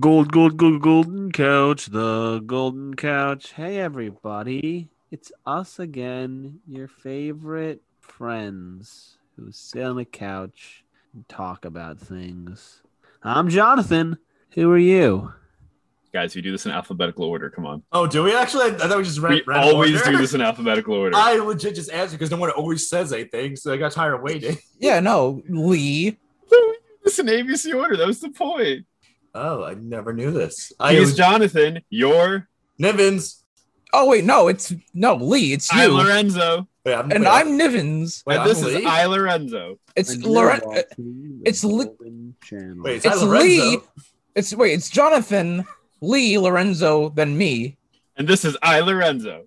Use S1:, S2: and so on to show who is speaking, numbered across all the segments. S1: Gold, gold, gold, golden couch, the golden couch. Hey, everybody. It's us again, your favorite friends who sit on the couch and talk about things. I'm Jonathan. Who are you?
S2: Guys, we do this in alphabetical order. Come on.
S3: Oh, do we actually? I thought we just ran.
S2: We always do this in alphabetical order.
S3: I legit just answered because no one always says anything, so I got tired of waiting.
S4: Yeah, no, Lee.
S2: This in ABC order. That was the point.
S3: Oh, I never knew this. I
S2: He's
S3: was
S2: Jonathan. You're
S3: Nivens.
S4: Oh wait, no, it's no Lee. It's
S2: I
S4: you,
S2: Lorenzo.
S3: Wait, I'm,
S4: and
S3: wait,
S4: I'm Nivens.
S3: Wait,
S2: and this
S3: I'm
S2: is
S3: Lee?
S2: I Lorenzo.
S4: It's
S1: And you're
S4: Loren.
S1: watching the
S4: it's Li-
S1: Golden Channel.
S3: Wait, is
S4: It's
S3: that Lorenzo?
S4: Lee. It's wait. It's Jonathan, Lee, Lorenzo, then me.
S2: And this is I Lorenzo.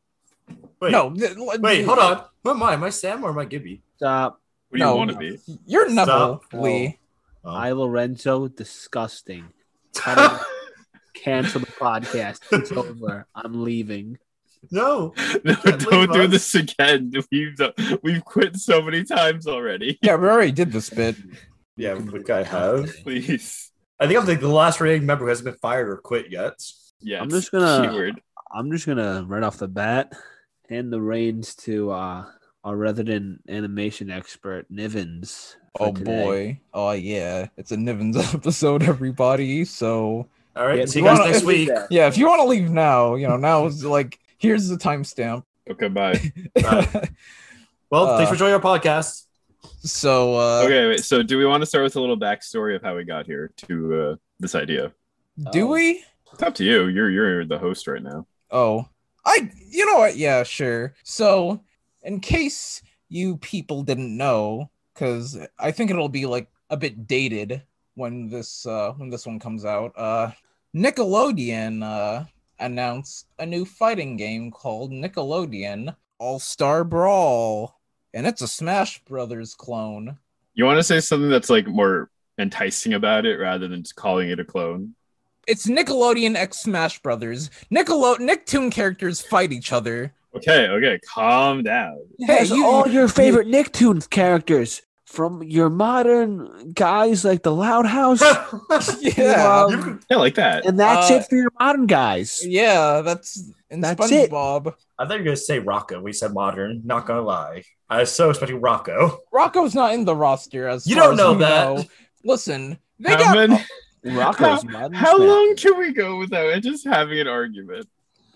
S3: Wait,
S4: no, th- l-
S3: Wait, hold on. Who am I? Am I Sam or am I Gibby?
S1: Stop.
S2: What do you
S4: No.
S2: want to be?
S4: You're Neville,
S1: Stop.
S4: Lee.
S3: Oh.
S1: I, Lorenzo, disgusting. Cut it. Cancel the podcast. It's over. I'm leaving.
S3: no.
S2: No,
S3: Can't
S2: don't
S3: leave
S2: do
S3: us.
S2: this again. We've done- we've quit so many times already.
S4: Yeah, we already did this bit.
S3: Yeah, which I have.
S2: Please.
S3: I think I'm like the last remaining member who hasn't been fired or quit yet.
S2: Yeah.
S1: I'm
S2: it's
S1: just gonna-
S2: keyword.
S1: I'm just gonna right off the bat hand the reins to uh, our resident animation expert Nivens. for
S4: Oh
S1: today.
S4: boy. Oh yeah. It's a Nivens episode, everybody. So
S3: All right.
S1: Yeah,
S3: see you
S4: well,
S3: guys next
S4: I-
S3: week.
S4: yeah, if you want to leave now, you know now is like here's the timestamp.
S2: Okay, bye.
S3: Right. Uh, Well,
S4: Uh,
S3: thanks for joining our podcast.
S4: so uh,
S2: okay, wait. So, do we want to start with a little backstory of how we got here to uh, this idea?
S4: do
S1: Oh.
S4: we?
S2: It's up to you. You're you're the host right now.
S4: Oh, I, you know what? Yeah, sure. So, in case you people didn't know, because I think it'll be like a bit dated when this uh, when this one comes out. Uh, Nickelodeon uh, announced a new fighting game called Nickelodeon All Star Brawl, and it's a Smash Brothers clone.
S2: You want to say something that's like more enticing about it rather than just calling it a clone?
S4: It's Nickelodeon X Smash Brothers. Nickelo Nicktoon characters fight each other.
S2: Okay, okay, calm down.
S4: Hey,
S1: Has all your favorite Nicktoons characters from your modern guys like the Loud House.
S4: yeah.
S1: Um,
S3: You-
S2: Yeah, like that.
S1: and that's
S4: Uh,
S1: it for your modern guys.
S4: Yeah, that's in
S1: That's it.
S4: SpongeBob.
S3: I thought you were going to say Rocco. We said modern. Not going to lie. I was so expecting Rocco.
S4: Rocco's not in the roster as
S3: You
S4: far
S3: don't
S4: as
S3: know
S4: we
S3: that.
S4: Listen, they
S2: How,
S4: got
S2: many-
S1: Rocco's modern
S2: how
S1: Smash
S2: long
S1: Bros.
S2: can we go without just having an argument?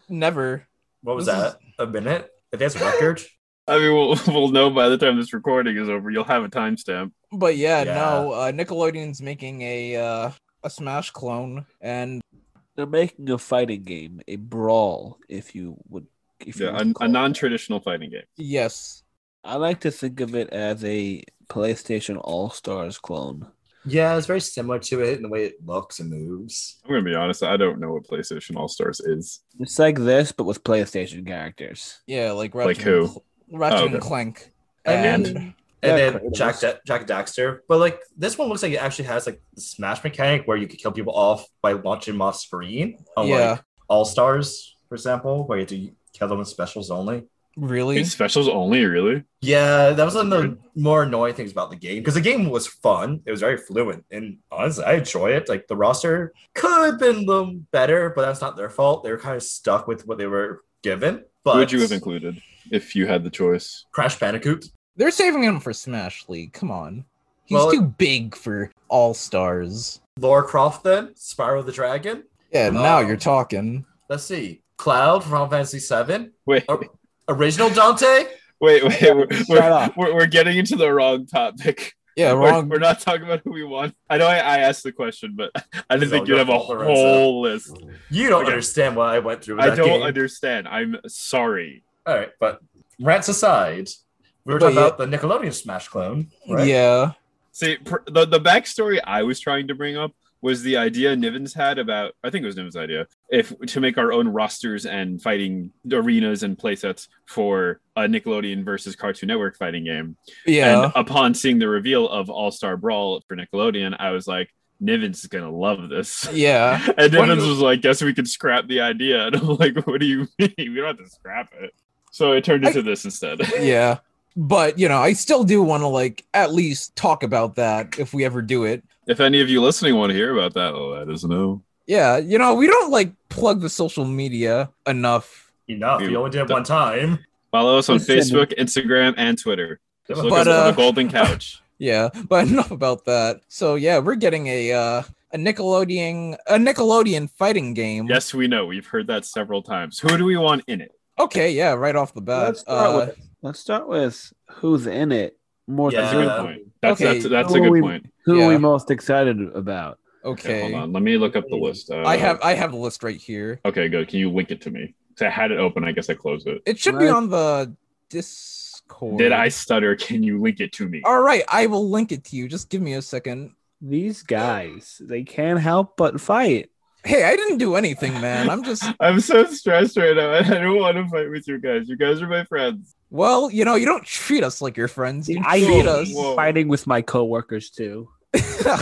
S4: never.
S3: What was
S4: This
S3: that? A minute? I think that's a record.
S2: I mean, we'll, we'll know by the time this recording is over. You'll have a timestamp.
S4: But yeah,
S3: Yeah.
S4: no, uh, Nickelodeon's making a uh, a Smash clone, and
S1: They're making a fighting game, a brawl, if you would. If you
S2: Yeah,
S1: would
S2: a,
S1: call
S2: a
S1: it
S2: non
S1: that.
S2: traditional fighting game.
S4: yes,
S1: I like to think of it as a PlayStation All Stars clone.
S3: Yeah, it's very similar to it in the way it looks and moves.
S2: I'm going to be honest. I don't know what PlayStation All Stars is.
S1: It's like this, but with PlayStation characters.
S4: yeah, like
S2: Like
S4: Ratchet and
S2: who?
S4: Cl- Ratchet
S2: Oh,
S4: and
S2: okay.
S4: Clank,
S3: I
S4: and
S3: mean-
S1: Yeah,
S3: And then
S1: creative.
S3: Jack da- Jack Daxter. But like this one looks like it actually has like the smash mechanic where you can kill people off by launching them off screen. Unlike
S4: Yeah.
S3: All Stars, for example, where you have to kill them with specials only.
S4: really,
S2: It's specials only, really?
S3: Yeah, that was one of the
S2: Weird.
S3: more annoying things about the game because the game was fun. It was very fluent, and honestly, I enjoy it. Like the roster could have been a little better, but that's not their fault. They were kind of stuck with what they were given. But
S2: Who would you have included if you had the choice?
S3: Crash Bandicoot.
S4: they're saving him for Smash League. Come on, he's
S3: Well-
S4: too big for All Stars.
S3: Laura Croft, then Spyro the Dragon.
S4: Yeah, now
S3: Oh.
S4: you're talking.
S3: Let's see, Cloud from Final Fantasy Seven,
S2: Wait,
S3: Oh. original Dante.
S2: wait, wait. We're, we're,
S1: up.
S2: we're, we're getting into the wrong topic.
S4: Yeah,
S2: We're-
S4: wrong.
S2: We're, not talking about who we want. I know I, I asked the question, but I didn't
S3: It's all
S2: think you'd
S3: your
S2: have a
S3: fault, Lorenzo.
S2: whole list.
S3: You don't
S2: Okay.
S3: understand what I went through. With
S2: I
S3: that
S2: don't
S3: game.
S2: understand. I'm sorry.
S3: All right, but rants aside, we were
S4: But
S3: talking
S4: yeah-
S3: about the Nickelodeon Smash clone, right?
S4: Yeah.
S2: See, pr- the the backstory I was trying to bring up was the idea Nivens had about I think it was Nivens' idea if to make our own rosters and fighting arenas and playsets for a Nickelodeon versus Cartoon Network fighting game.
S4: Yeah.
S2: And upon seeing the reveal of All Star Brawl for Nickelodeon, I was like, Nivens is gonna love this.
S4: yeah.
S2: And
S4: When-
S2: Evans was like, "Guess we could scrap the idea." And I'm like, "What do you mean? We don't have to scrap it." So it turned into
S4: I-
S2: this instead.
S4: Yeah. But, you know, I still do want to like at least talk about that if we ever do it.
S2: if any of you listening want to hear about that, I'll let us know.
S4: Yeah, you know, we don't like plug the social media enough.
S3: Enough.
S2: Dude,
S3: You only did it
S2: the-
S3: one time.
S2: Follow us on
S1: Listen.
S2: Facebook, Instagram, and Twitter. Just look us
S4: But,
S2: up on
S4: uh,
S2: the Golden Couch.
S4: Yeah, but enough about that. So yeah, we're getting a uh, a Nickelodeon a Nickelodeon fighting game.
S2: yes, we know. We've heard that several times. Who do we want in it?
S4: Okay, yeah, right off the bat.
S1: let's start
S4: uh,
S1: with let's start with who's in it. More
S3: Yeah.
S2: That's a good
S1: specifically,
S2: point. That's
S4: Uh, Okay,
S2: that's, that's a
S1: who
S2: good
S1: we-
S2: point.
S1: Who are we
S4: Yeah.
S1: most excited about?
S2: Okay,
S4: okay.
S2: hold on. Let me look up the list. Uh,
S4: I have I have the list right here.
S2: Okay, good. Can you link it to me? 'Cause I had it open. I guess I closed it.
S4: It should be
S1: Right.
S4: on the Discord.
S2: Did I stutter? Can you link it to me?
S4: All right, I will link it to you. Just give me a second.
S1: These guys, they can't help but fight.
S4: Hey, I didn't do anything, man. I'm just
S2: I'm so stressed right now. I don't want to fight with you guys. You guys are my friends.
S4: well, you know, you don't treat us like your friends. You
S1: I
S4: treat
S1: hate
S4: us.
S2: Whoa.
S1: fighting with my coworkers too.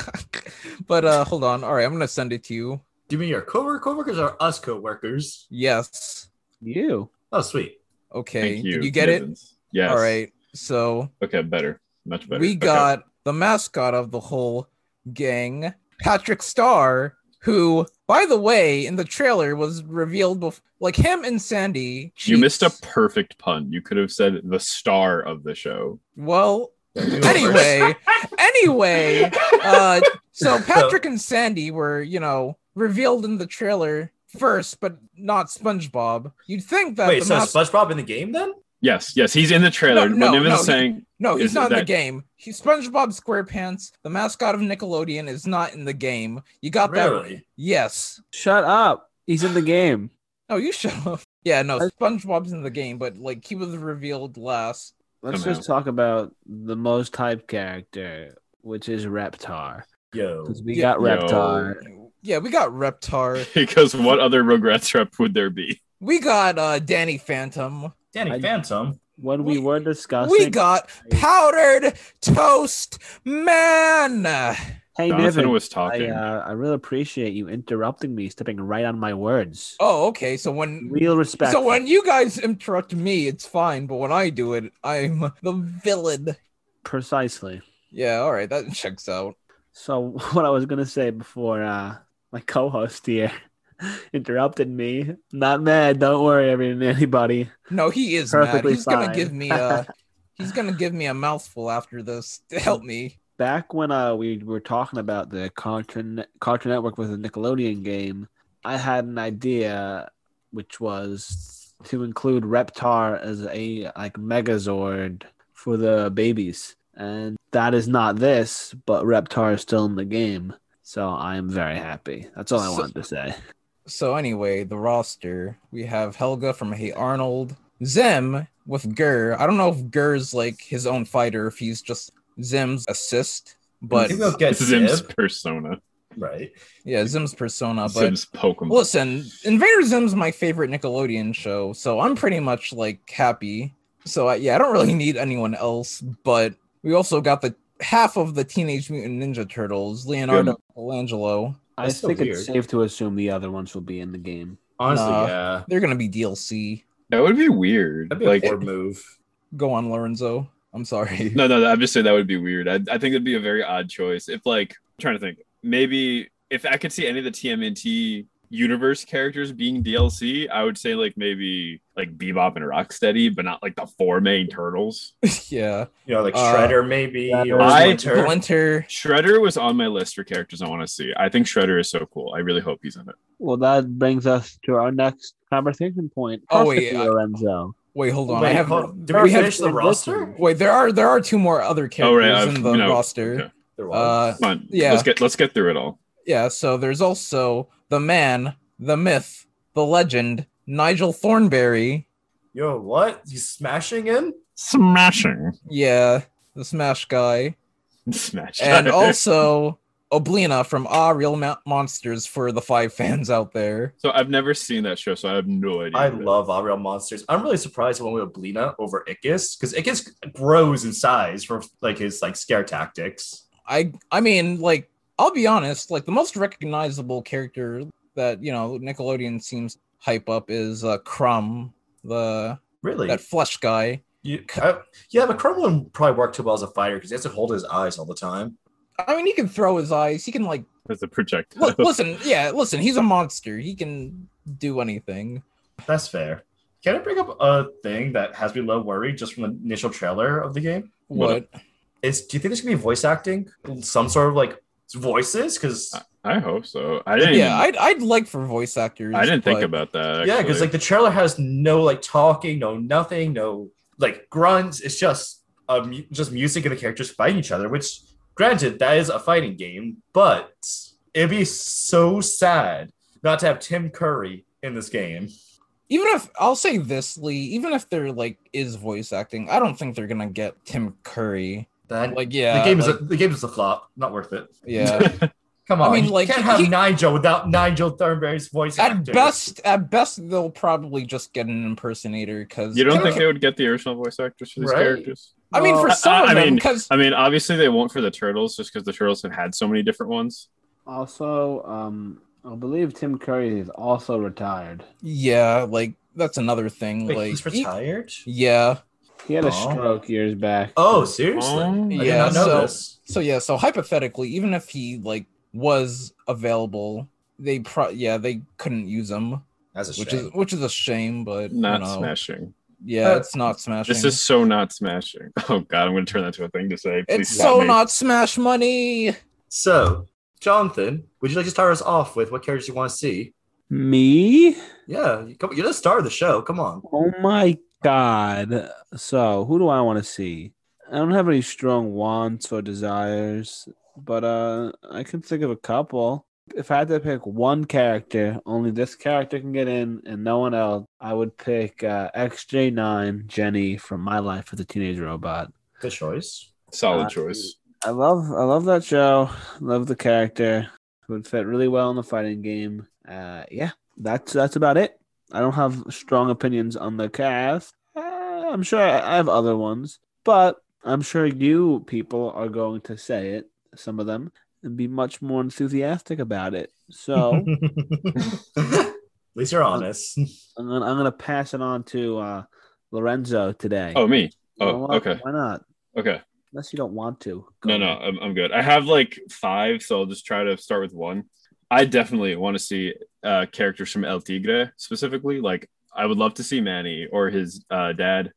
S4: but uh hold on. All right, I'm gonna send it to you.
S3: Do you mean your coworker coworkers or us coworkers?
S4: Yes.
S1: You.
S3: Oh, sweet.
S4: Okay.
S2: Thank you.
S4: Did you get it?
S2: cousins. Yes.
S4: All right. So
S2: Okay, better. Much better.
S4: we
S2: Okay.
S4: got the mascot of the whole gang, Patrick Starr, who, by the way, in the trailer was revealed before, like him and Sandy.
S2: You missed a
S4: cheats.
S2: perfect pun. You could have said the star of the show.
S4: Well,
S3: Yeah, you go first.
S4: anyway, anyway, uh, so Patrick and Sandy were, you know, revealed in the trailer first, but not SpongeBob. You'd think that
S3: Wait,
S4: the
S3: so
S4: mas-
S3: SpongeBob in the game then?
S2: Yes, yes, he's in the trailer.
S4: No, no,
S2: when Niven
S4: no,
S2: is
S4: he-
S2: saying,
S4: no, he's
S2: is
S4: not in the
S2: that-
S4: game. He- SpongeBob SquarePants, the mascot of Nickelodeon, is not in the game. You got that?
S3: Really?
S4: Yes.
S1: Shut up. He's in the game.
S4: Oh, you shut up. Yeah, no,
S1: I-
S4: SpongeBob's in the game, but like he was revealed last.
S1: Let's
S2: Somehow.
S1: just talk about the most hyped character, which is Reptar.
S3: Yo.
S1: Because we
S4: Yeah.
S1: got
S2: Yo.
S1: Reptar.
S4: Yeah, we got Reptar.
S2: because what other regrets rep would there be?
S4: We got uh Danny Phantom.
S3: Danny
S1: I-
S3: Phantom.
S1: When we,
S4: We-
S1: were discussing
S4: We got Powdered Toast Man.
S1: Hey
S2: Jonathan
S1: Niven,
S2: was
S1: I,
S2: talking.
S1: uh, I really appreciate you interrupting me, stepping right on my words.
S4: Oh, okay. So when
S1: Real respect.
S4: so when you guys interrupt me, it's fine, but when I do it, I'm the villain.
S1: Precisely.
S4: Yeah, all right, that checks out.
S1: So what I was gonna say before uh, my co-host here interrupted me. Not mad. Don't worry, every anybody.
S4: No, he is mad.
S1: Perfectly
S4: He's gonna
S1: fine.
S4: give me a he's gonna give me a mouthful after this to help me.
S1: back when uh, we were talking about the Cartoon Cartoon Network with a Nickelodeon game, I had an idea, which was to include Reptar as a like Megazord for the babies, and that is not this, but Reptar is still in the game, so I am very happy. That's all I
S4: So-
S1: wanted to say.
S4: So anyway, the roster we have Helga from Hey Arnold, Zem with Gur. I don't know if Gur's like his own fighter, if he's just Zem's assist, but
S3: Maybe we'll get
S2: Zim's
S3: Zip, Uh,
S2: persona,
S3: Right.
S4: yeah, Zem's persona. But
S2: Zim's Pokemon.
S4: listen, Invader Zim's my favorite Nickelodeon show, so I'm pretty much like happy. So I, yeah, I don't really need anyone else. But we also got the half of the Teenage Mutant Ninja Turtles, Leonardo Michelangelo.
S1: I
S3: That's so
S1: think
S3: weird.
S1: it's safe to assume the other ones will be in the game.
S3: Honestly,
S4: Nah.
S3: yeah.
S4: They're gonna be DLC.
S2: that would be weird.
S3: That'd be
S2: like,
S3: a poor move.
S4: Go on, Lorenzo. I'm sorry.
S2: no, no, I'm just saying that would be weird. I, I think it'd be a very odd choice. If like, I'm trying to think, maybe if I could see any of the TMNT universe characters being DLC, I would say like maybe like Bebop and Rocksteady, but not like the four main turtles.
S4: yeah.
S3: You know, like
S4: Uh,
S3: Shredder maybe or
S2: I-
S3: Splinter.
S4: Splinter.
S2: Shredder was on my list for characters I want to see. I think Shredder is so cool. I really hope he's in it.
S1: Well, that brings us to our next conversation point.
S4: Oh, wait,
S1: Perfect,
S4: I-
S1: Lorenzo.
S4: Wait, hold on.
S3: Wait,
S4: I have.
S3: hold on. Did
S1: we
S3: we,
S1: have-
S3: finish the roster?
S4: Wait, there are there are two more other
S2: Oh,
S4: characters
S2: right, I've-
S4: in the
S2: no,
S4: roster.
S2: okay.
S3: There was.
S4: Uh,
S2: Come on,
S4: Yeah.
S2: let's get let's get through it all.
S4: yeah. So there's also the man, the myth, the legend, Nigel Thornberry.
S3: Yo, what? He's smashing in?
S2: Smashing,
S4: Yeah, the Smash guy,
S2: smash,
S4: and also Oblina from Ah Real Ma- Monsters for the five fans out there.
S2: So I've never seen that show, so I have no idea.
S3: I love Avril Monsters. I'm really surprised when we went with Blina over Ickis because Ickis grows in size for like his like scare tactics.
S4: I I mean, like, I'll be honest, like the most recognizable character that you know Nickelodeon seems to hype up is uh Crumb, the
S3: Really,
S4: that flesh guy.
S3: uh, you I, yeah, but Crumb wouldn't probably work too well as a fighter because he has to hold his eyes all the time.
S4: I mean, he can throw his eyes. He can like
S2: as a projectile.
S4: Look, listen, yeah, listen, he's a monster. He can do anything.
S3: That's fair. Can I bring up a thing that has me a little worried just from the initial trailer of the game?
S4: What?
S2: What
S3: Is do you think there's gonna be voice acting? Some sort of like voices? Because
S2: I hope so. I didn't.
S4: uh, yeah,
S2: Yeah,
S4: I'd, I'd like for voice actors.
S2: I, didn't think
S4: but-
S2: about that.
S3: yeah, because
S2: actually.
S3: like the trailer has no like talking, no nothing, no like grunts. It's just uh, mu- just music and the characters fighting each other. Which, granted, that is a fighting game, but it'd be so sad not to have Tim Curry in this game.
S4: Even if I'll say this, Lee, even if there like is voice acting, I don't think they're gonna get Tim Curry.
S3: That
S4: Like, yeah,
S3: the game is
S4: like,
S3: a, the game is a flop. Not worth it.
S4: yeah.
S3: Come
S4: I
S3: on,
S4: mean,
S3: you
S4: like,
S3: can't have
S4: he-
S3: Nigel without Nigel Thornberry's voice.
S4: at
S3: actor.
S4: best, at best, they'll probably just get an impersonator because
S2: you don't think they would get the original voice actors for these
S3: Right.
S2: characters?
S4: I mean, for
S1: Well,
S4: some
S2: I- I
S4: of them,
S2: mean,
S4: because
S2: I mean, obviously they won't for the turtles, just because the turtles have had so many different ones.
S1: Also, um, I believe Tim Curry is also retired.
S4: yeah, like that's another thing.
S3: Wait,
S4: like,
S3: he's
S4: e-
S3: retired.
S4: yeah.
S1: He had a
S3: Oh.
S1: stroke years back.
S3: Oh, seriously?
S2: Um,
S3: I
S4: Yeah.
S3: did not know
S4: so-
S3: this.
S4: So yeah, so hypothetically, even if he like was available, they pro yeah they couldn't use him,
S3: That's a shame.
S4: which is which is a shame. But you
S2: not
S4: know,
S2: smashing.
S4: Yeah,
S3: Uh,
S4: it's not smashing.
S2: This is so not smashing. Oh god, I'm gonna turn that to a thing to say. Please
S4: it's
S2: stop
S4: so
S2: me.
S4: not smash money.
S3: So, Jonathan, would you like to start us off with what characters you want to see?
S1: Me?
S3: Yeah, you- come, you're the star of the show. Come on.
S1: Oh my god. So, who do I want to see? I don't have any strong wants or desires, but uh I can think of a couple. If I had to pick one character, only this character can get in and no one else, I would pick uh, XJ9 Jenny from My Life as a Teenage Robot.
S3: Good choice.
S2: Solid
S1: Uh,
S2: choice.
S1: I love I love that show. Love the character. Would fit really well in the fighting game. Uh, yeah, that's that's about it. I don't have strong opinions on the cast. Uh, I'm sure I I have other ones, but I'm sure you people are going to say it. Some of them and be much more enthusiastic about it. So
S3: At least you're honest.
S1: I'm gonna, I'm gonna pass it on to uh, Lorenzo today.
S2: Oh me.
S1: You know
S2: oh,
S1: what?
S2: okay.
S1: Why not?
S2: Okay.
S1: Unless you don't want to.
S2: No, no, I'm, I'm good. I have like five, so I'll just try to start with one. I definitely want to see uh, characters from El Tigre specifically. Like, I would love to see Manny or his uh, dad,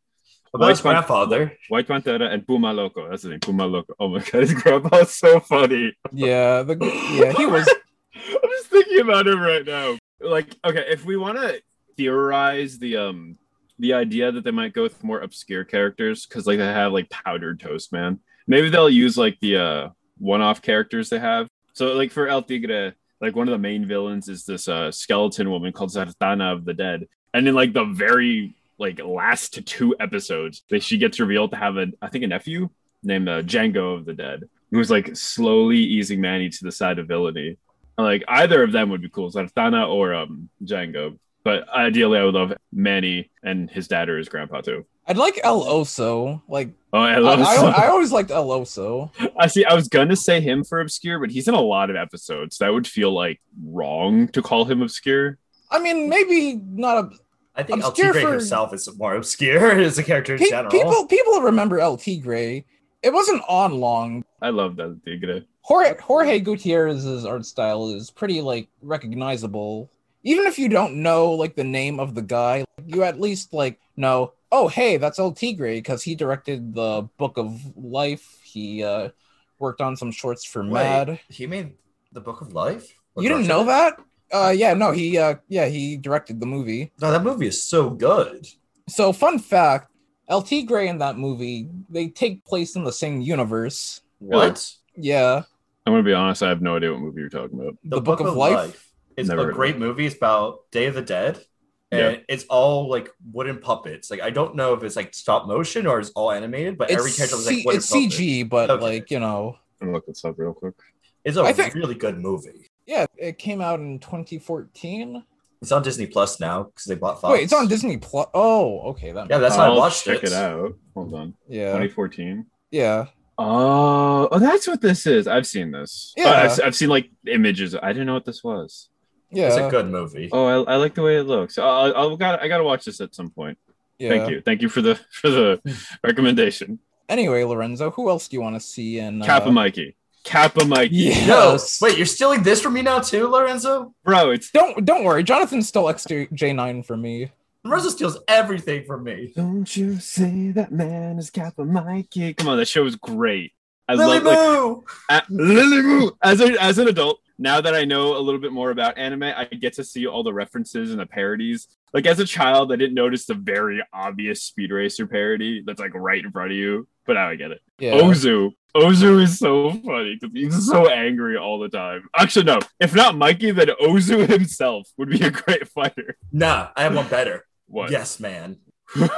S3: About his
S2: White one-
S3: grandfather.
S2: White Pantera, and Puma Loco. That's the name, Puma Loco. Oh my god, his grandpa's so funny.
S4: Yeah, the, yeah he was.
S2: I'm just thinking about him right now. Like, okay, if we want to theorize the um the idea that they might go with more obscure characters because like they have like powdered toast man maybe they'll use like the uh one-off characters they have so like for el tigre like one of the main villains is this uh skeleton woman called zartana of the dead and in like the very like last two episodes that she gets revealed to have a i think a nephew named uh, django of the dead who's like slowly easing manny to the side of villainy like either of them would be cool zartana or um django but ideally i would love manny and his dad or his grandpa too
S4: I'd like El Oso. Like
S2: oh i
S4: I,
S2: love
S4: I, I always liked El Oso.
S2: I see. I was gonna say him for obscure, but he's in a lot of episodes. That would feel like wrong to call him obscure.
S4: I mean, maybe not a
S3: I think El
S4: Obscure
S3: Tigre
S4: for-
S3: himself is more obscure as a character in
S4: pe-
S3: general.
S4: people. People remember El Tigre. It wasn't on long,
S2: I love that Tigre.
S4: Jorge, Jorge Gutierrez's art style is pretty like recognizable. Even if you don't know like the name of the guy, you at least like know, oh hey, that's El Tigre because he directed the Book of Life. He uh, worked on some shorts for
S3: Wait,
S4: Mad.
S3: He made the Book of Life. Or
S4: You didn't
S3: Dark
S4: know
S3: Knight?
S4: that? Uh, yeah, no, he uh, yeah he directed the movie.
S3: No, that movie is so good.
S4: So fun fact, El Tigre in that movie they take place in the same universe.
S2: Really?
S3: What?
S4: Yeah,
S2: I'm gonna be honest. I have no idea what movie you're talking about.
S4: the, Book, of, Life.
S3: It's
S2: Never heard
S3: a
S2: of
S3: great movie. It's about Day of the Dead. And it's all like wooden puppets. Like I don't know if it's like stop motion or it's all animated, but
S4: It's,
S3: every character was
S4: C-
S3: like wooden
S4: it's
S3: puppet.
S4: CG, but
S3: Okay.
S4: like you know.
S2: I'm gonna look this up real quick.
S3: It's a
S4: I think-
S3: really good movie.
S4: Yeah, it came out in 2014.
S3: It's on Disney Plus now because they bought Fox.
S4: Wait, it's on Disney Plus. Oh, okay, that.
S3: Yeah, that's how I
S2: I'll
S3: watched
S2: check
S3: it.
S2: it. out. Hold on.
S4: yeah,
S2: 2014.
S4: yeah.
S2: Oh, oh, that's what this is. I've seen this.
S4: Yeah.
S2: Oh, I've, I've seen like images. I didn't know what this was.
S3: It's
S4: yeah,
S3: a good movie.
S2: Oh, I, I like the way it looks. I, I got. I gotta watch this at some point.
S4: yeah.
S2: Thank you. Thank you for the for the recommendation.
S4: Anyway, Lorenzo, who else do you want to see in? uh,
S2: Kappa Mikey. Kappa Mike.
S4: Yes.
S3: No, wait, you're stealing this from me now too, Lorenzo?
S2: Bro, it's
S4: Don't don't worry. Jonathan's still XJ9 for me.
S3: Lorenzo steals everything from me.
S2: Don't you say that man is Kappa Mike. Come on, that show is great. I
S3: Lily
S2: love like,
S3: Moo!
S2: a- Lily Moo! As a, as an adult, now that I know a little bit more about anime, I get to see all the references and the parodies. Like as a child, I didn't notice the very obvious Speed Racer parody that's like right in front of you, but now I get it.
S4: Yeah.
S2: Ozu. Ozu is so funny because he's so angry all the time. Actually, no. If not Mikey, then Ozu himself would be a great fighter.
S3: Nah, I have one better.
S2: What?
S3: Yes, man.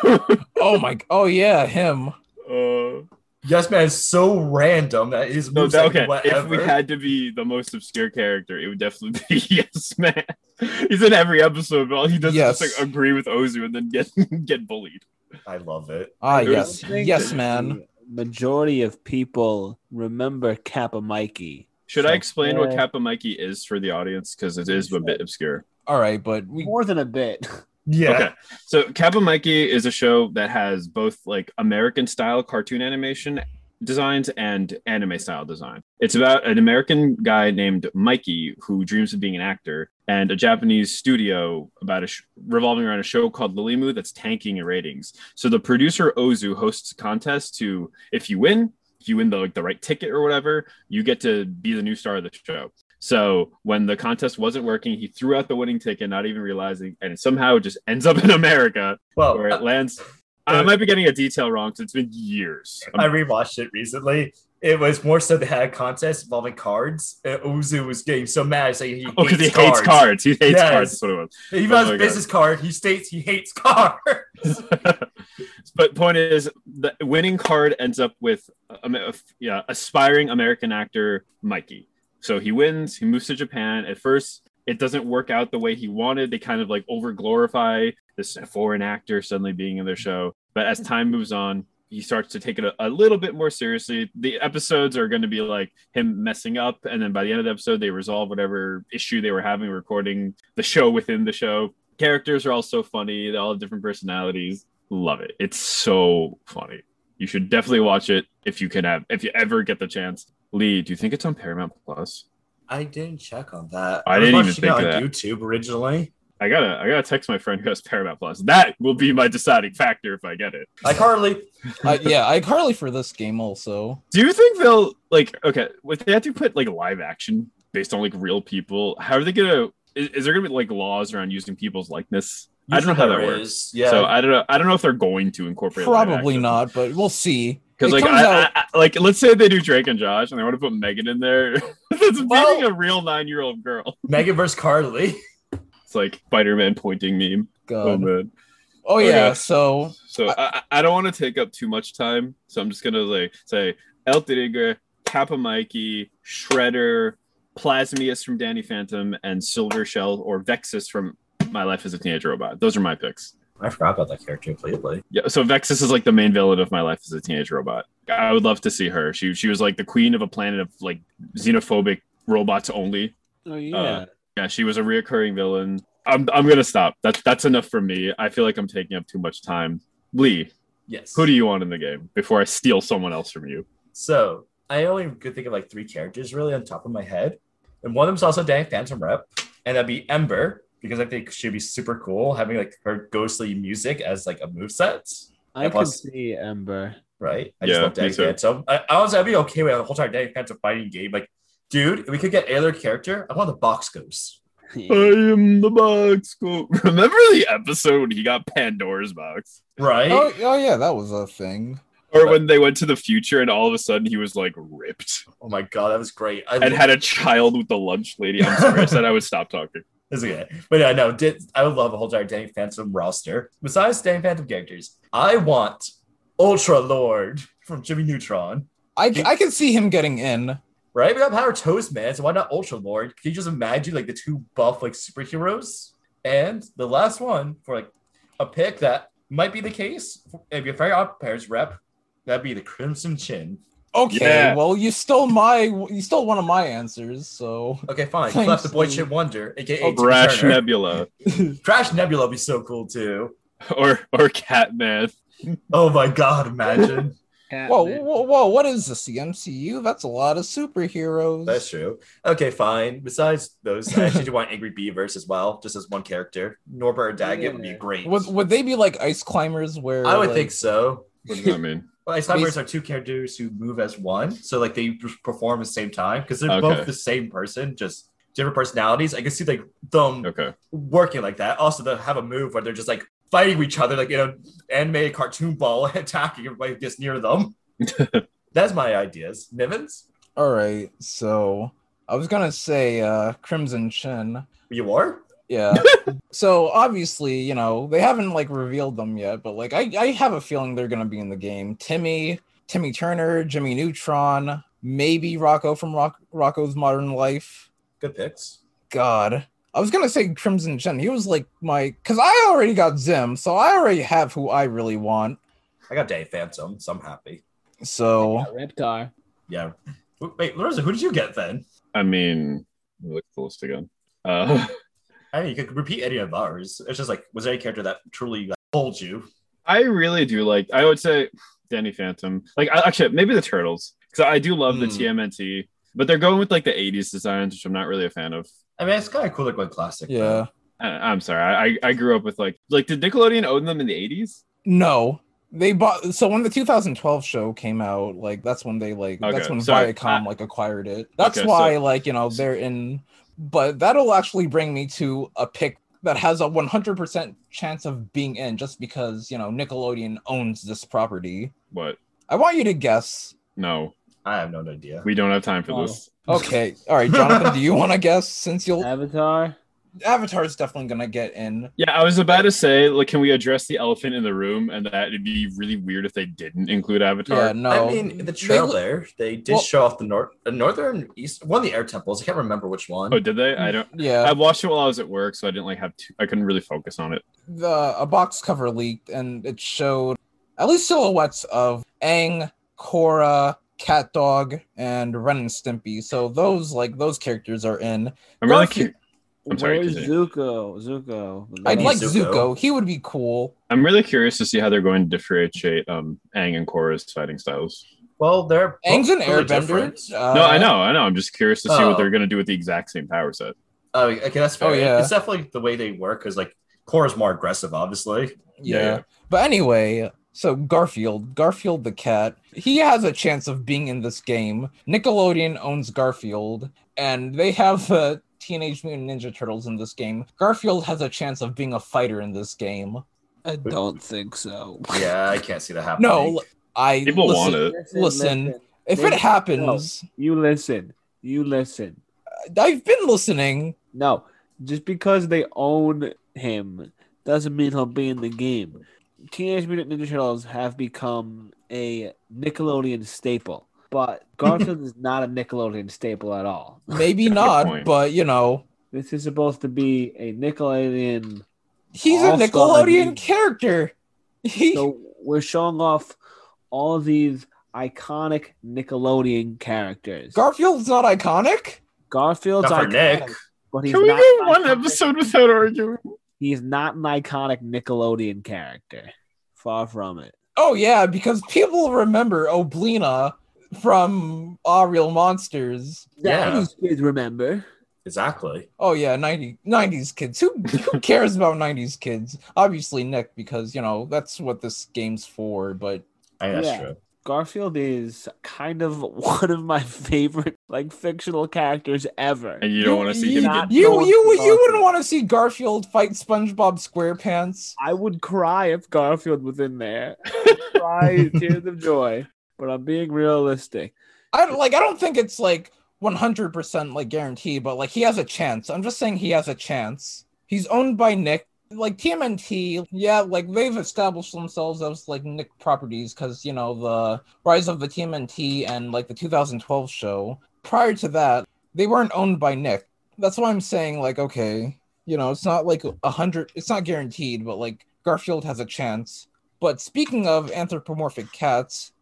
S4: Oh my. Oh yeah, him.
S2: Uh,
S3: Yes, man is so random that his
S2: No,
S3: moves
S2: that,
S3: okay.
S2: okay.
S3: whatever.
S2: If we had to be the most obscure character, it would definitely be Yes Man. He's in every episode, but all he does is
S4: Yes.
S2: just like, agree with Ozu and then get get bullied.
S3: I love it.
S4: Ah
S2: There's
S4: yes.
S1: something
S4: Yes,
S1: that
S4: man.
S1: the Majority of people remember Kappa Mikey.
S2: Should I
S1: So-
S2: explain what
S1: Yeah.
S2: Kappa Mikey is for the audience because it is a bit obscure?
S4: All right, but we
S1: More than a bit.
S3: Yeah.
S2: Okay. So Kappa Mikey is a show that has both like American style cartoon animation designs and anime style design. It's about an American guy named Mikey who dreams of being an actor and a Japanese studio about a sh- revolving around a show called Lilimu that's tanking in ratings. So the producer Ozu hosts a contest to if you win, if you win the like the right ticket or whatever, you get to be the new star of the show. So when the contest wasn't working, he threw out the winning ticket, not even realizing, and it somehow just ends up in America
S3: Well,
S2: where it
S3: I,
S2: lands. I might be getting a detail wrong because it's been years.
S3: I rewatched it recently. It was more so they had a contest involving cards. And Ozu was getting so mad, he's like he
S2: oh, because
S3: hates
S2: he
S3: cards.
S2: hates cards. He hates
S3: Yes.
S2: cards. That's what it was.
S3: Even
S2: Oh
S3: on
S2: my
S3: his
S2: God.
S3: business card, he states he hates cards.
S2: but point is, the winning card ends up with um, uh, yeah, aspiring American actor Mikey. So he wins. He moves to Japan. At first, it doesn't work out the way he wanted. They kind of like over glorify this foreign actor suddenly being in their show. But as time moves on, he starts to take it a, a little bit more seriously. The episodes are going to be like him messing up. And then by the end of the episode, they resolve whatever issue they were having recording the show within the show. Characters are all so funny. They all have different personalities. Love it. It's so funny. You should definitely watch it if you can have, if you ever get the chance. Lee, do you think it's on Paramount Plus?
S3: I didn't check on that.
S2: I didn't
S3: was
S2: even
S3: watching
S2: think
S3: it
S2: of that.
S3: on YouTube originally.
S2: I gotta, I gotta text my friend who has Paramount Plus. That will be my deciding factor if I get it.
S3: iCarly.
S4: uh, yeah, I Carly for this game also.
S2: Do you think they'll like? Okay, if they have to put like live action based on like real people, how are they gonna? Is, is there gonna be like laws around using people's likeness? I don't know how that
S3: Usually there
S2: works.
S3: is, Yeah.
S2: So I don't know. I don't know if they're going to incorporate.
S4: Probably not, but we'll see.
S2: Because
S4: It
S2: like,
S4: comes
S2: I,
S4: out-
S2: I- I- like, let's say they do Drake and Josh, and they want to put Megan in there. That's
S3: Well-
S2: dating a real nine-year-old girl.
S3: Megan versus Carly.
S2: It's like Spider-Man pointing meme. Oh
S4: God.
S2: man.
S4: Oh
S2: Okay.
S4: yeah, so
S2: So I, I I don't want to take up too much time. So I'm just gonna like say El Tigre, Kappa Mikey, Shredder, Plasmius from Danny Phantom, and Silver Shell or Vexus from My Life as a Teenage Robot. Those are my picks.
S3: I forgot about that character completely.
S2: Yeah. So Vexus is like the main villain of My Life as a Teenage Robot. I would love to see her. She she was like the queen of a planet of like xenophobic robots only.
S1: Oh yeah.
S2: Yeah, she was a reoccurring villain. I'm I'm gonna stop. That's that's enough for me. I feel like I'm taking up too much time. Lee,
S3: Yes.
S2: who do you want in the game before I steal someone else from you?
S3: So I only could think of like three characters really on top of my head. And one of them's also Danny Phantom Rep. And that'd be Ember, because I think she'd be super cool having like her ghostly music as like a moveset.
S1: I can
S3: plus-
S1: see Ember.
S3: Right?
S2: Yeah,
S3: I just love
S2: me
S3: Danny
S2: too.
S3: Phantom. I, I honestly I'd be okay with a whole entire Danny Phantom fighting game. Like, dude, if we could get another character, I want the box ghost.
S2: am the box. Remember the episode when he got Pandora's box,
S3: Right?
S4: oh, oh yeah, that was a thing.
S2: or when they went to the future and all of a sudden he was like ripped
S3: Oh my god, that was great. I
S2: and had a child with the lunch lady. I'm sorry, I said I would stop talking.
S3: It's okay. But yeah, no, did, I would love a whole entire Danny Phantom roster. Besides Danny Phantom characters, I want Ultra Lord from Jimmy Neutron.
S4: I, I can see him getting in.
S3: Right? We got Power Toast Man, so why not Ultra Lord? Can you just imagine like the two buff like superheroes? And the last one for like a pick that might be the case. If you're very odd pairs rep, that'd be the Crimson Chin.
S4: Okay,
S2: Yeah.
S4: well you stole my you stole one of my answers, so
S3: Okay, fine.
S4: Thanks,
S3: Left the boy
S4: Steve.
S3: Chin Wonder, aka
S4: Oh,
S3: Timmy
S2: Brash
S3: Turner.
S2: Nebula
S3: Crash Nebula would be so cool too.
S2: or or Catman.
S3: Oh my god, imagine.
S4: Whoa,
S1: Catnip.
S4: whoa, whoa! What is this? The MCU? That's a lot of superheroes.
S3: That's true. Okay, fine. Besides those, I actually do want Angry Beavers as well, just as one character. Norbert or Daggett would be
S1: Yeah.
S3: great.
S4: Would would they be like ice climbers? Where
S3: I would
S4: like-
S3: think so.
S2: What does that mean?
S3: Well, Ice Climbers are two characters who move as one, so like they p- perform at the same time because they're
S2: Okay.
S3: both the same person, just different personalities. I can see like them
S2: Okay.
S3: working like that. Also, they have a move where they're just like fighting each other, like you know, anime cartoon ball attacking everybody who gets near them. That's my ideas. Nivens,
S4: All right, so I was gonna say uh, Crimson Chin.
S3: you are.
S4: Yeah. so obviously, you know, they haven't like revealed them yet, but like I, I have a feeling they're gonna be in the game. Timmy, Timmy Turner, Jimmy Neutron, maybe Rocco from Rock, Rocco's Modern Life.
S3: Good picks.
S4: God. I was gonna say Crimson Chen. He was like my cause I already got Zim, so I already have who I really want.
S3: I got Dave Phantom, so I'm happy.
S4: So
S1: Yeah, Reptar.
S3: Yeah. W- Wait, Lorenzo, who did you get then?
S2: I mean, let me look at the list again. Uh,
S3: I mean, you could repeat any of ours. It's just like, was there any character that truly like, told you?
S2: I really do like. I would say Danny Phantom. Like I, actually, maybe the Turtles because I do love the
S3: Hmm.
S2: TMNT, but they're going with like the '80s designs, which I'm not really a fan of.
S3: I mean, it's kind of cool, like one classic.
S4: yeah.
S2: I, I'm sorry. I I grew up with like like did Nickelodeon own them in the '80s?
S4: No, they bought. So when the 2012 show came out, like that's when they like that's
S2: Okay,
S4: when
S2: so-
S4: Viacom
S2: uh,
S4: like acquired it. That's
S2: okay,
S4: why like you know they're in. But that'll actually bring me to a pick that has a 100% chance of being in, just because you know Nickelodeon owns this property.
S2: What?
S4: I want you to guess.
S2: No,
S3: I have no idea.
S2: we don't have time for
S1: Oh.
S2: this.
S4: Okay, all right, Jonathan, do you want to guess? Since you'll
S1: Avatar.
S4: Avatar's definitely gonna get in.
S2: Yeah, I was about to say, like, can we address the elephant in the room? And that it'd be really weird if they didn't include Avatar.
S4: Yeah, no.
S3: I mean, the trailer, they, did
S4: Well-
S3: show off the north, uh, northern, east, one of the air temples. I can't remember which one.
S2: Oh, did they? I don't.
S4: yeah,
S2: I watched it while I was at work, so I didn't like have. Too, I couldn't really focus on it.
S4: the a box cover leaked and it showed at least silhouettes of Aang, Korra, Cat Dog, and Ren and Stimpy. So those like those characters are in.
S2: I'm really
S4: Garfield-
S2: cute. I'm sorry,
S1: Where's
S2: continue.
S1: Zuko? Zuko.
S4: I'd
S3: need
S4: like
S3: Zuko.
S4: Zuko. He would be cool.
S2: I'm really curious to see how they're going to differentiate um Aang and Korra's fighting styles.
S3: Well, they're
S4: Aang's an
S3: both really different.
S4: airbender. Uh,
S2: no, I know, I know. I'm just curious to see
S3: Oh.
S2: what they're going to do with the exact same power set.
S3: Oh, okay, that's fair.
S4: Oh, yeah.
S3: It's definitely the way they work because, like, Korra's more aggressive, obviously.
S4: Yeah.
S2: Yeah.
S4: But anyway, so Garfield, Garfield the cat, he has a chance of being in this game. Nickelodeon owns Garfield, and they have uh, Teenage Mutant Ninja Turtles in this game. Garfield has a chance of being a fighter in this game.
S1: I don't think so.
S3: Yeah, I can't see that happening.
S4: No, I
S2: People
S4: listen,
S2: want it.
S4: Listen. If it
S1: They-
S4: happens,
S1: You listen. You listen.
S4: I've been listening.
S1: No, just because they own him doesn't mean he'll be in the game. Teenage Mutant Ninja Turtles have become a Nickelodeon staple, but Garfield is not a Nickelodeon staple at all.
S4: Maybe
S2: Good
S4: not,
S2: point.
S4: but you know,
S1: This is supposed to be a Nickelodeon.
S4: he's
S1: Also,
S4: a Nickelodeon
S1: I mean-
S4: character. He,
S1: So we're showing off all these iconic Nickelodeon characters.
S4: Garfield's not iconic.
S1: Garfield's
S3: Not for
S1: iconic,
S3: Nick.
S1: but he's
S2: Can we
S1: not
S2: go one
S1: iconic-
S2: episode without arguing?
S1: He's not an iconic Nickelodeon character. Far from it.
S4: Oh yeah, because people remember Oblina from Ah Real Monsters.
S3: Yeah.
S1: These kids remember.
S3: Exactly.
S4: Oh yeah, 90, 90s kids. Who who cares about 90s kids? Obviously Nick, because you know that's what this game's for. But
S3: I mean, that's
S1: Yeah.
S3: true.
S1: Garfield is kind of one of my favorite like fictional characters ever.
S2: And you don't
S4: You-
S2: want to see
S4: you-
S2: him
S1: not-
S2: get.
S4: you
S1: Going
S4: you
S1: to
S4: you
S1: Garfield.
S4: wouldn't want to see Garfield fight SpongeBob SquarePants.
S1: I would cry if Garfield was in there. I'd cry tears of joy. But I'm being realistic.
S4: I don't like. I don't think it's like one hundred percent like guaranteed, but like he has a chance. I'm just saying he has a chance. He's owned by Nick. Like TMNT, yeah, like they've established themselves as like Nick properties because you know the rise of the TMNT and like the 2012 show. Prior to that, they weren't owned by Nick. That's why I'm saying like, okay, you know, it's not like a hundred. It's not guaranteed, but like Garfield has a chance. But speaking of anthropomorphic cats,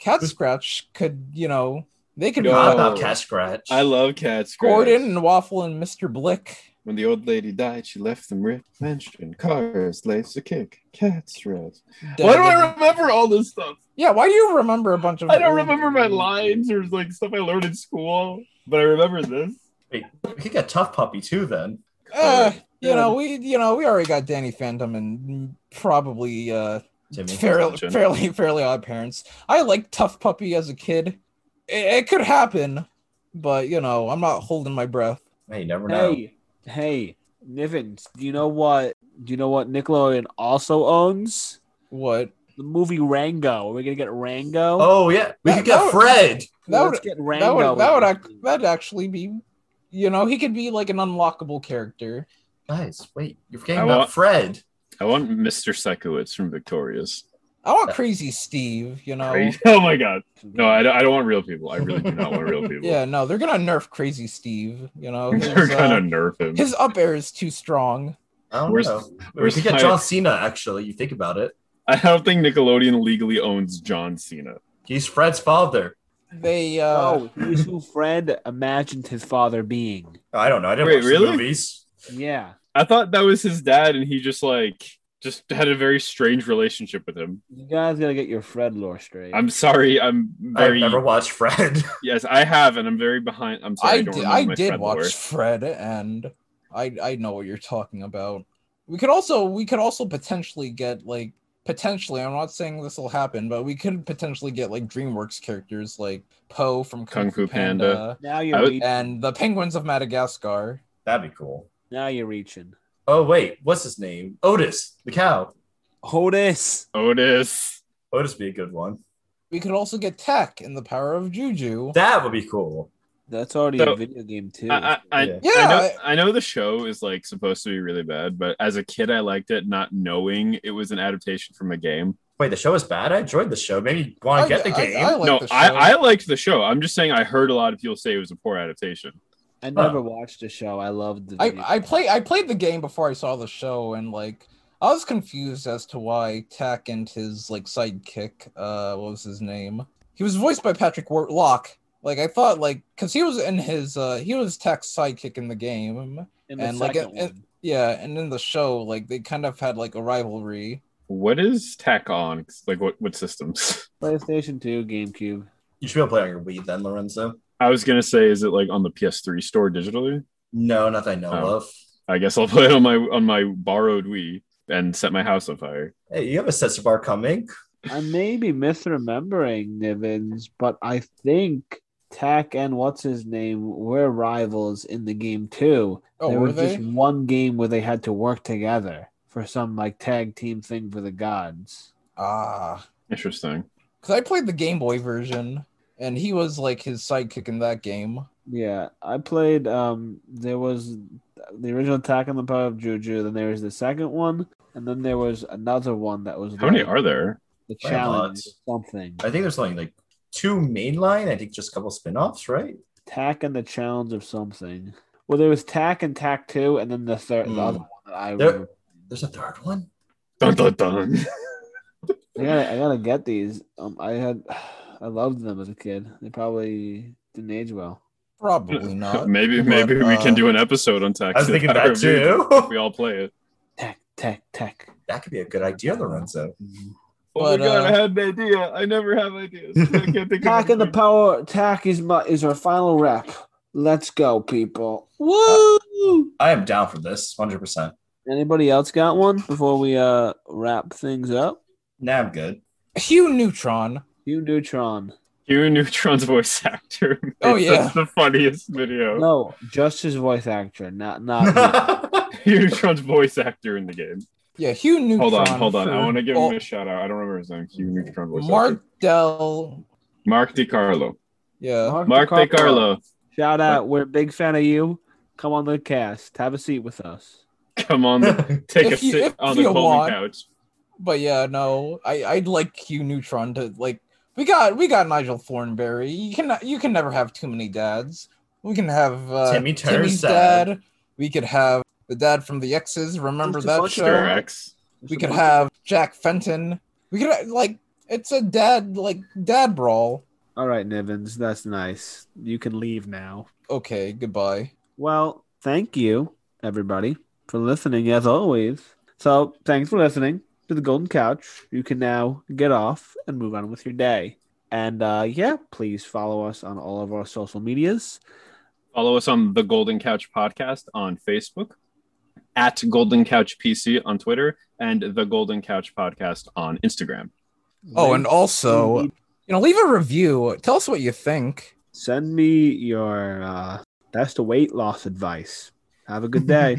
S4: Cat Scratch could, you know, they could
S2: No.
S3: Not
S4: pop
S2: Oh.
S3: about Cat Scratch.
S2: I love Cat Scratch.
S4: Gordon and Waffle and Mr. Blick.
S2: When the old lady died, she left them rich mansion, cars, lace a kick, cats, rose. Why do I remember all this stuff?
S4: yeah, why do you remember a bunch of?
S2: I don't remember my lines or like stuff I learned in school, but I remember this.
S3: Wait, he got tough puppy too. Then
S4: Uh, you
S2: Yeah.
S4: know, we you know we already got Danny Phantom and probably uh,
S3: Timmy.
S4: fairly
S2: Gotcha.
S4: fairly fairly odd parents. I liked Tough Puppy as a kid. It, it could happen, but you know I'm not holding my breath.
S3: Hey, you never know.
S1: Hey, hey, Nivens, do you know what? Do you know what Nickelodeon also owns?
S4: What?
S1: The movie Rango. Are we gonna get Rango?
S3: Oh yeah, we
S4: That-
S3: could get
S4: that-
S3: Fred.
S4: that
S1: Let's
S4: would-
S1: get Rango.
S4: That would
S1: in
S4: that would
S1: this
S4: ac-
S1: movie.
S4: that'd actually be, you know, he could be like an unlockable character.
S3: Guys, wait, you're forgetting
S2: I
S3: about
S2: want-
S3: Fred.
S2: I want Mr. Psychowitz from Victorious.
S4: I want Crazy Steve. You know.
S2: Right? Oh my god. No, I don't, I don't want real people. I really do not want real people.
S4: Yeah, no, they're gonna nerf Crazy Steve. You know,
S2: They're
S4: his,
S2: gonna
S4: uh,
S2: nerf him.
S4: his up air is too strong.
S3: I don't
S2: Where's-
S3: know. We
S2: where's
S3: could get
S2: my-
S3: John Cena. Actually, you think about it,
S2: I don't think Nickelodeon legally owns John Cena.
S3: he's Fred's father.
S4: They uh,
S1: Oh, he's who Fred imagined his father being.
S3: I don't know. I didn't
S2: Wait,
S3: watch
S2: really?
S3: the movies.
S1: Yeah,
S2: I thought that was his dad, and he just like just had a very strange relationship with him.
S1: you guys gotta get your Fred lore straight.
S2: I'm sorry. I'm very
S3: I've never watched Fred.
S2: yes. I have, and I'm very behind. I'm sorry. I,
S4: I
S2: don't
S4: di-
S2: remember
S4: I
S2: my
S4: did
S2: Fred
S4: watch
S2: lore.
S4: Fred, and I I know what you're talking about. We could also we could also potentially get like potentially. I'm not saying this will happen, but we could potentially get like DreamWorks characters like Poe from Kung,
S2: Kung Fu
S4: Fu Panda,
S2: Panda.
S1: now you're
S2: I would-
S1: reach-
S4: and the Penguins of Madagascar.
S3: That'd be cool.
S1: now you're reaching.
S3: Oh wait, what's his name? Otis the cow.
S1: Otis.
S2: Otis.
S3: Otis would be a good one.
S4: We could also get Tech in the Power of Juju.
S3: That would be cool.
S1: That's already
S2: So,
S1: a video game too.
S2: I, I, I,
S3: Yeah.
S2: I know,
S4: Yeah,
S2: I know the show is like supposed to be really bad, but as a kid, I liked it, not knowing it was an adaptation from a game.
S3: Wait, the show is bad. I enjoyed the show. Maybe you want to get the game.
S4: like
S2: no,
S4: the show.
S2: I, I liked the show. I'm just saying, I heard a lot of people say it was a poor adaptation.
S1: I never watched the show. I loved the. video
S4: I, I
S1: game.
S4: play I played the game before I saw the show and like I was confused as to why Tack and his like sidekick, uh what was his name? He was voiced by Patrick War- Locke. Like I thought like cuz he was in his uh he was Tack's sidekick in the game.
S1: in the
S4: and, like,
S1: second
S4: it- it-
S1: one.
S4: Yeah, and in the show like they kind of had like a rivalry.
S2: What is Tack on? Like, what what systems?
S1: PlayStation 2, GameCube.
S3: You should be able to play on your Wii then, Lorenzo.
S2: I was gonna say, is it like on the PS3 store digitally?
S3: No, not that I know
S2: Oh.
S3: of.
S2: I guess I'll play it on my on my borrowed Wii and set my house on fire.
S3: Hey, you have a sensor bar coming.
S1: I may be misremembering Nivens, but I think Tack and what's his name were rivals in the game too.
S4: Oh,
S1: there
S4: were
S1: was
S4: they?
S1: just one game where they had to work together for some like tag team thing for the gods.
S4: Ah,
S2: Interesting.
S4: cuz I played the Game Boy version and he was like his sidekick in that game.
S1: Yeah, I played. Um, there was the original Attack on the Power of Juju. Then there was the second one, and then there was another one that was
S2: How many
S1: like
S2: are there?
S1: the
S3: Quite a
S1: challenge or something.
S3: I think there's only like two mainline. I think just a couple spin-offs, right?
S1: Tack and the challenge of something. Well, there was Tack and Tack Two, and then the third,
S3: Hmm.
S1: the other one that I
S3: There-
S1: remember.
S3: There's a third one.
S2: Dun dun dun.
S1: I gotta, I gotta get these. Um, I had, I loved them as a kid. They probably didn't age well.
S4: Probably not.
S2: maybe
S4: but,
S2: maybe we
S4: uh,
S2: can do an episode on Tack.
S3: I was
S2: to the
S3: thinking
S2: Power
S3: that
S2: of Juju if
S3: too.
S2: we all play it.
S1: Tack, tack, tack.
S3: that could be a good idea, Lorenzo.
S2: Oh
S4: But,
S2: my god,
S4: uh,
S2: I had an idea. I never have ideas. I can't think
S1: Tack
S2: of
S1: and the
S2: anything.
S1: power. Tack is my is our final rep. Let's go, people.
S4: Woo!
S3: I am down for this 100%.
S1: Anybody else got one before we uh wrap things up?
S3: Nah, I'm good.
S4: Hugh Neutron.
S1: Hugh Neutron.
S2: Hugh Neutron's voice actor. made
S4: Oh,
S2: such
S4: yeah.
S2: the funniest video.
S1: No, just his voice actor, not not.
S2: Hugh Neutron's voice actor in the game.
S4: Yeah, Hugh Neutron.
S2: Hold on, hold on. I
S4: for-
S2: want to give
S4: well,
S2: him a shout out. I don't remember his name. Hugh Neutron voice actor.
S4: Mark Dell.
S2: Mark DiCarlo.
S4: Yeah.
S2: Mark DiCarlo.
S1: Shout out. We're a big fan of you. Come on the cast. Have a seat with us.
S2: Come on, the, take
S4: If
S2: a
S4: you- if
S2: sit on the
S4: you
S2: Coleman
S4: want.
S2: couch.
S4: But yeah, no, I I'd like Hugh Neutron to like. We got we got Nigel Thornberry. You can you can never have too many dads. We can have uh,
S3: Timmy Turner's
S4: Timmy's
S3: dad.
S4: dad. We could have the dad from the X's. Remember
S1: Mr.
S4: that
S1: Fletcher.
S4: show?
S2: Sure, X.
S4: We could have Jack Fenton. We could have, like it's a dad like dad brawl.
S1: All right, Nivens. That's nice. You can leave now.
S4: Okay, goodbye.
S1: Well, thank you. everybody, for listening as always. So, thanks for listening to the Golden Couch. You can now get off and move on with your day. And uh, yeah, please follow us on all of our social medias.
S2: Follow us on the Golden Couch Podcast on Facebook, at Golden Couch PC on Twitter, and the Golden Couch Podcast on Instagram.
S4: Oh, and also, you know, leave a review. Tell us what you think.
S1: send me your uh, best weight loss advice. Have a good day.